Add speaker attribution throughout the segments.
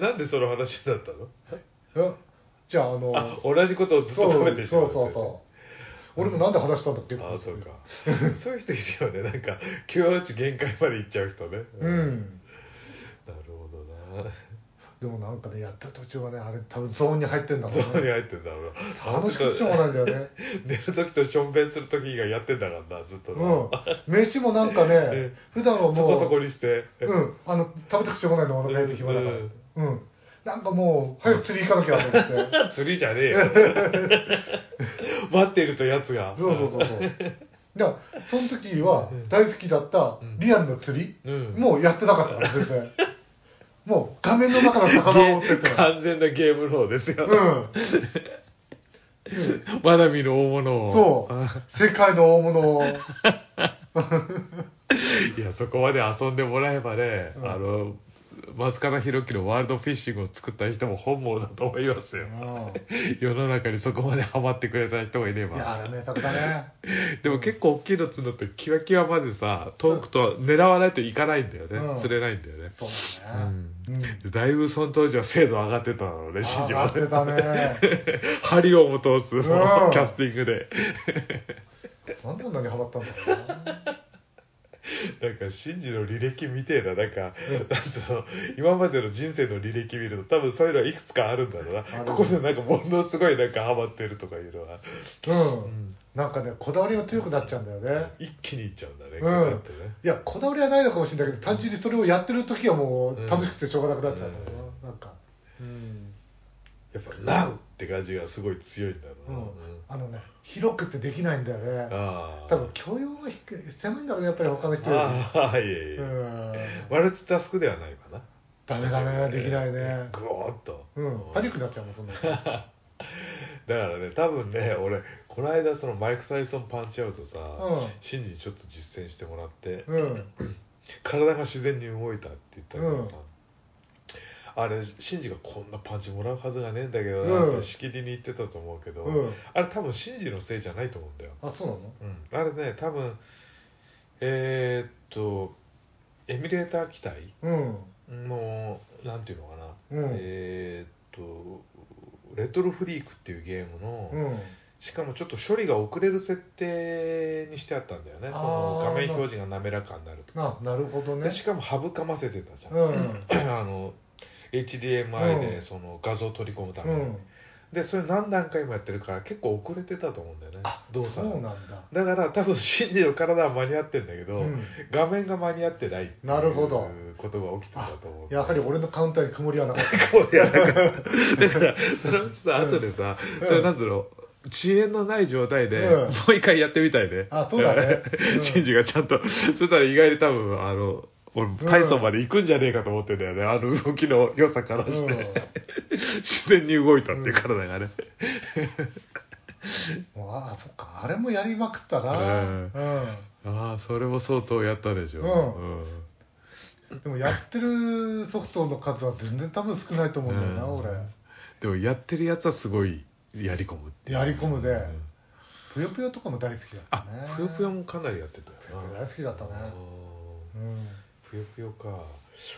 Speaker 1: なんでその話だったの
Speaker 2: えじゃああの
Speaker 1: あ同じことをずっと食べてしま
Speaker 2: そううそうそう俺もなんで話したんだっけ、
Speaker 1: ああそうか そういう人いるよねなんか98限界まで行っちゃう人ね
Speaker 2: う
Speaker 1: なる
Speaker 2: ん
Speaker 1: ほどな
Speaker 2: でもなんかねやった途中はねあれ多分ゾーンに入ってんだもん
Speaker 1: ゾーンに
Speaker 2: ね
Speaker 1: 入ってんだろうな
Speaker 2: 楽しくてしょうがないんだよね
Speaker 1: 寝る時としょんべんする時以外やってんだからなずっとな、
Speaker 2: うん飯もなんかね普段はもう
Speaker 1: そこそこにして、
Speaker 2: うん、あの食べたくしょうがないのお腹減って暇だから
Speaker 1: うん
Speaker 2: うん、なんかもう早く釣り行かなきゃと思って
Speaker 1: 釣りじゃ ねえよ待っているとやつが
Speaker 2: そうそう そうそうだからその時は大好きだったリアルの釣り、
Speaker 1: うん
Speaker 2: もうやってなかったから全 然もう画面の中の魚を追ってったから
Speaker 1: 完全なゲーム脳ですよ、
Speaker 2: うん
Speaker 1: まだ見る大物を
Speaker 2: そう世界の大物を
Speaker 1: いやそこまで遊んでもらえばね、
Speaker 2: うん
Speaker 1: あの松方弘樹の「ワールドフィッシング」を作った人も本望だと思いますよ
Speaker 2: う
Speaker 1: 世の中にそこまでハマってくれた人がいれ
Speaker 2: んいや
Speaker 1: ば
Speaker 2: あれ名作だね
Speaker 1: でも結構大きいの釣るのってキワキワまでさ遠くと狙わないといかないんだよね、
Speaker 2: うん
Speaker 1: 釣れないんだよね
Speaker 2: そうだねうん
Speaker 1: だいぶその当時は精度上がってたのね新
Speaker 2: 上
Speaker 1: 次
Speaker 2: が
Speaker 1: は
Speaker 2: ってたね
Speaker 1: 針をも通す、
Speaker 2: ん
Speaker 1: キャスティングで
Speaker 2: なんでこんなにハマったんだろうな
Speaker 1: なんか新次の履歴みてえななんか、なんつうの今までの人生の履歴見ると多分そういうのはいくつかあるんだろうな
Speaker 2: る
Speaker 1: ここでなんかものすごいなんかハマってるとかいうのは
Speaker 2: うん、なんかねこだわりが強くなっちゃうんだよね
Speaker 1: 一気にいっちゃうんだね、
Speaker 2: ん
Speaker 1: これだってね
Speaker 2: いやこだわりはないのかもしれないけど単純にそれをやってる時はもう楽しくてしょうがなくなっちゃうんだよな、なんかうん、
Speaker 1: やっぱ「なう!」って感じがすごい強いんだろう
Speaker 2: う
Speaker 1: な、うん
Speaker 2: ん、あのね広くってできないんだよね
Speaker 1: ああ
Speaker 2: 多分許容が低い狭いんだろうねやっぱり他の人よ
Speaker 1: ああいえいえ、
Speaker 2: りうん
Speaker 1: マルチタスクではないかな
Speaker 2: ダメだねできないね
Speaker 1: グオーっと、
Speaker 2: うんパニックになっちゃうもんそんなの
Speaker 1: だからね多分ね俺この間そのマイク・タイソンパンチアウトさ、
Speaker 2: うん
Speaker 1: シンジにちょっと実践してもらって、
Speaker 2: うん
Speaker 1: 体が自然に動いたって言ったけどさ
Speaker 2: う、
Speaker 1: あれシンジがこんなパンチもらうはずがねえんだけど
Speaker 2: う
Speaker 1: なっ
Speaker 2: ん
Speaker 1: てしきりに言ってたと思うけど、
Speaker 2: うん
Speaker 1: あれ多分シンジのせいじゃないと思うんだよ、
Speaker 2: あそうなの
Speaker 1: うん、あれね多分えーっとエミュレーター機体
Speaker 2: うん
Speaker 1: のなんていうのかな、
Speaker 2: うん
Speaker 1: えーっとレトロフリークっていうゲームの、
Speaker 2: うん
Speaker 1: しかもちょっと処理が遅れる設定にしてあったんだよねその
Speaker 2: あー
Speaker 1: 画面表示が滑らかになると
Speaker 2: ななるほどね
Speaker 1: でしかも省かませてたじゃん、
Speaker 2: うん
Speaker 1: あの HDMI
Speaker 2: う
Speaker 1: で
Speaker 2: ん
Speaker 1: その画像を取り込むた
Speaker 2: う
Speaker 1: めに、
Speaker 2: ん
Speaker 1: でそれ何段階もやってるから結構遅れてたと思うんだよね
Speaker 2: あ
Speaker 1: 動
Speaker 2: そ
Speaker 1: 作
Speaker 2: う
Speaker 1: が
Speaker 2: なんだ
Speaker 1: だから多分シンジの体は間に合ってんだけど、
Speaker 2: うん
Speaker 1: 画面が間に合ってないっていう
Speaker 2: なるほど
Speaker 1: ことが起きてたと思う
Speaker 2: やはり俺のカウンターに曇りは なかった
Speaker 1: こうやらなかっただからそれをちょっと後でさ、それなんつうの遅延のない状態で、
Speaker 2: うん
Speaker 1: もう一回やってみたいね
Speaker 2: あそうだ ねうん
Speaker 1: シンジがちゃんとそしたら意外に多分あの俺タイソンまで行くんじゃねえかと思ってんだよね、あの動きの良さからして、自然に動いたっていう体がね、
Speaker 2: うん、もうああそっかあれもやりまくったな、
Speaker 1: うんああそれも相当やったでしょ
Speaker 2: う
Speaker 1: うん
Speaker 2: うん、でもやってるソフトの数は全然多分少ないと思うんだよな、
Speaker 1: うん
Speaker 2: 俺
Speaker 1: でもやってるやつはすごいやり込むっていう
Speaker 2: やり込むで、
Speaker 1: うん
Speaker 2: ぷよぷよとかも大好きだった
Speaker 1: あ
Speaker 2: ね
Speaker 1: ぷよぷよもかなりやってたよ
Speaker 2: ぷよぷよ
Speaker 1: な
Speaker 2: 大好きだったね
Speaker 1: あー
Speaker 2: うん
Speaker 1: ぷよぷよか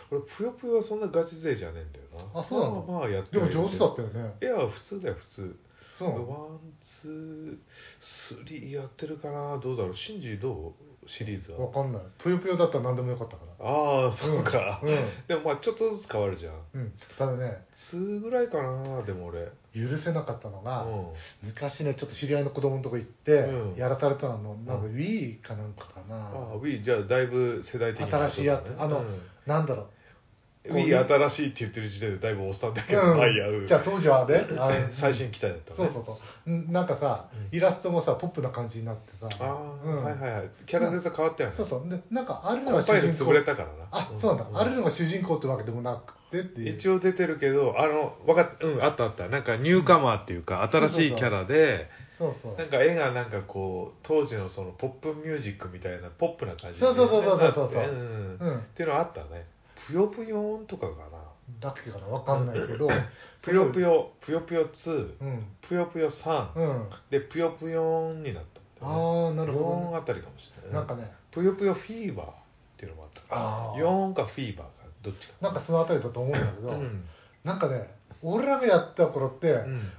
Speaker 1: 俺ぷよぷよはそんなガチ勢じゃねえんだよな
Speaker 2: あそうなの
Speaker 1: まあまあやって
Speaker 2: で
Speaker 1: る
Speaker 2: も上手だったよね
Speaker 1: いや普通だよ普通
Speaker 2: そう
Speaker 1: ワ
Speaker 2: なの
Speaker 1: ンツースリーやってるかなどうだろうシンジどうシリーズは
Speaker 2: わかんないぷよぷよだったら何でもよかったから
Speaker 1: ああそうか、
Speaker 2: うん、
Speaker 1: でもまあちょっとずつ変わるじゃん
Speaker 2: うん、ただね
Speaker 1: 2ぐらいかなでも俺うん
Speaker 2: 許せなかったのが、
Speaker 1: あ
Speaker 2: 昔ねちょっと知り合いの子供のとこ行って、
Speaker 1: うん
Speaker 2: やらされたのなんか Wii かなんかかな、
Speaker 1: あ Wii じゃあだいぶ世代的に
Speaker 2: 新しいやつあのな んだろう
Speaker 1: うん、Wii 新しいって言ってる時点でだいぶおっさんだけど、まあいいや
Speaker 2: う
Speaker 1: うん
Speaker 2: ん、じゃあ当時はねあれ
Speaker 1: 最新機体だったね
Speaker 2: そうそうそうんなんかさ、
Speaker 1: う
Speaker 2: イラストもさポップな感じになってさ
Speaker 1: ああ、
Speaker 2: うん
Speaker 1: はいはいはいキャラデザ変わったよね
Speaker 2: そうそうでなんかある
Speaker 1: コ
Speaker 2: のが
Speaker 1: ン
Speaker 2: 主
Speaker 1: パイル
Speaker 2: 人
Speaker 1: 潰れ
Speaker 2: 公
Speaker 1: たからな
Speaker 2: あそうなんだ、ある
Speaker 1: の
Speaker 2: のが主人公ってわけでもなくてっていう
Speaker 1: 一応出てるけどあのわかっうんあったあったなんかニューカマーっていうか、新しいキャラで
Speaker 2: そうそう
Speaker 1: なんか絵がなんかこう当時のそのポップミュージックみたいなポップな感じ
Speaker 2: そうそうそうそうそうそう
Speaker 1: ねなってうん
Speaker 2: うん
Speaker 1: っていうのあったねぷよぷよーんとかかな
Speaker 2: だっけかなわかんない けど
Speaker 1: ぷよぷよぷよぷよ2
Speaker 2: うん
Speaker 1: ぷよぷよ3
Speaker 2: うん
Speaker 1: でぷよぷよーんになったんだよね
Speaker 2: ああなるほど、
Speaker 1: 4
Speaker 2: ね
Speaker 1: あたりかもしれないね
Speaker 2: なんかね
Speaker 1: ぷよぷよフィーバーっていうのもあった
Speaker 2: あー
Speaker 1: 4かフィーバーかどっちか
Speaker 2: なんかそのあたりだと思うんだけど、
Speaker 1: うん
Speaker 2: なんかね俺らがやった頃って、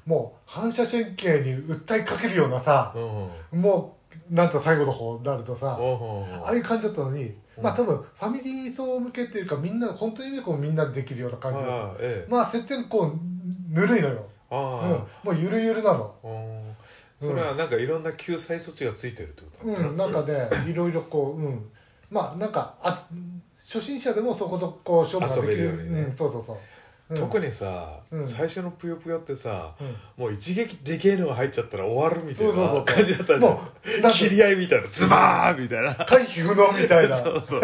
Speaker 2: もう反射神経に訴えかけるようなさ、
Speaker 1: うん
Speaker 2: もうなんと最後の方になるとさ、
Speaker 1: お
Speaker 2: ああいう感じだったのに、
Speaker 1: うん
Speaker 2: まあ多分ファミリー層向けっていうかみんな本当にねこうみんなできるような感じだった
Speaker 1: ああええ
Speaker 2: まあ接点こうぬるいのよ、
Speaker 1: あ
Speaker 2: うん、
Speaker 1: あ、
Speaker 2: もうゆるゆるなの
Speaker 1: うんそれはなんかいろんな救済措置がついてるってことだった
Speaker 2: うん、なんかね、いろいろこう、うん、まあなんかあ初心者でもそこそこ勝負ができる
Speaker 1: 遊べるようにね
Speaker 2: ん、そうそうそう、うん、
Speaker 1: 特にさ、
Speaker 2: うん
Speaker 1: 最初のぷよぷよってさ、
Speaker 2: うん
Speaker 1: もう一撃でけえのが入っちゃったら終わるみたい
Speaker 2: そうそうそ
Speaker 1: な
Speaker 2: う
Speaker 1: 感じだったじゃん
Speaker 2: もうなんか
Speaker 1: 切り合いみたいなズバーンみたいな
Speaker 2: 回避不能みたい な
Speaker 1: そうそう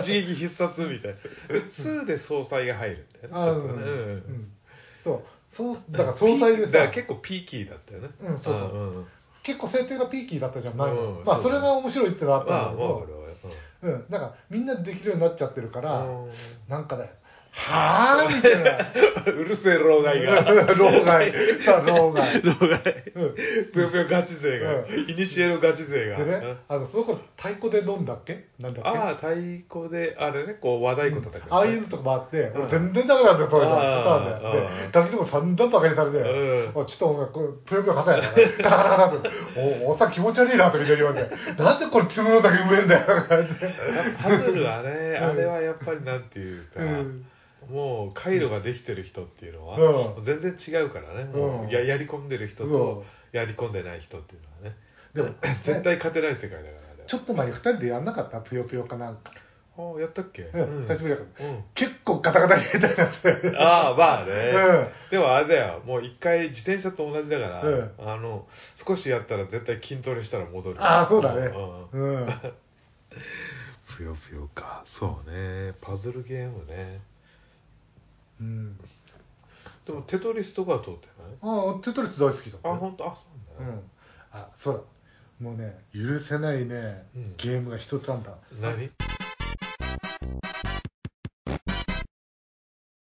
Speaker 1: 一撃必殺みたいなで2で総裁が入るんだ
Speaker 2: あ
Speaker 1: よ
Speaker 2: う
Speaker 1: ねちょっ
Speaker 2: ん
Speaker 1: とねうん
Speaker 2: うんそうそうだから総裁で
Speaker 1: ピー
Speaker 2: さ
Speaker 1: だから結構ピーキーだったよね
Speaker 2: うんそうそう
Speaker 1: うんうん
Speaker 2: 結構設定がピーキーだったじゃん前の、
Speaker 1: うん
Speaker 2: まあ
Speaker 1: そ
Speaker 2: そう
Speaker 1: だ
Speaker 2: れが面白いってのはあった
Speaker 1: まあ
Speaker 2: んだけ
Speaker 1: わか
Speaker 2: ど
Speaker 1: るわかる
Speaker 2: うん、なんかみんなできるようになっちゃってるから、
Speaker 1: うん
Speaker 2: なんかねはあみたいな
Speaker 1: うるせえ 老害が
Speaker 2: 老害さあ老害、
Speaker 1: 老害
Speaker 2: うん、
Speaker 1: ぷよぷよガチ勢が
Speaker 2: うん
Speaker 1: いにしえのガチ勢が
Speaker 2: で
Speaker 1: うん
Speaker 2: ねあのその頃太鼓で飲んだっけなんだっけ
Speaker 1: ああ太鼓であれねこう和太鼓叩く、
Speaker 2: ああいうのとかもあって、
Speaker 1: うん
Speaker 2: 俺全然ダメなんだよ、そういうの。
Speaker 1: あー
Speaker 2: そうなん
Speaker 1: う
Speaker 2: だよ。
Speaker 1: ん
Speaker 2: で、ガキでも散々バカにされて、
Speaker 1: う
Speaker 2: おちょっとお前、これぷよぷよ硬いな、ガタガタガタって、おおっさん気持ち悪いなってみんなに言われて、なんでこれ積むのだけうめえんだよ、とか言って。
Speaker 1: パズルはね、
Speaker 2: ん
Speaker 1: あれはやっぱりなんていうか、
Speaker 2: うん
Speaker 1: もう回路ができてる人っていうのは、
Speaker 2: うん
Speaker 1: 全然違うからねもう、
Speaker 2: うん
Speaker 1: ややり込んでる人とやり込んでない人っていうのはね
Speaker 2: でも、
Speaker 1: 絶対勝てない世界だからあれは
Speaker 2: ちょっと前に二人でやんなかったぷよぷよかなんか。
Speaker 1: ああやったっけ、
Speaker 2: うん、久しぶりだから。
Speaker 1: うん
Speaker 2: 結構ガタガタに下手になって。
Speaker 1: ああまあね、
Speaker 2: うん
Speaker 1: でもあれだよもう一回自転車と同じだから、
Speaker 2: うん
Speaker 1: あの少しやったら絶対筋トレしたら戻る
Speaker 2: ああ、そうだね
Speaker 1: んうん。
Speaker 2: うん。
Speaker 1: ぷよぷよかそうねパズルゲームね
Speaker 2: うん。
Speaker 1: でもテトリスとかは通ってない
Speaker 2: ああ、テトリス大好きだった
Speaker 1: あ
Speaker 2: よ。
Speaker 1: 本当あそう
Speaker 2: う
Speaker 1: なんだ、
Speaker 2: ん。あ、そうだ。もうね、許せないね
Speaker 1: うん、
Speaker 2: ゲームが一つあんだ。
Speaker 1: 何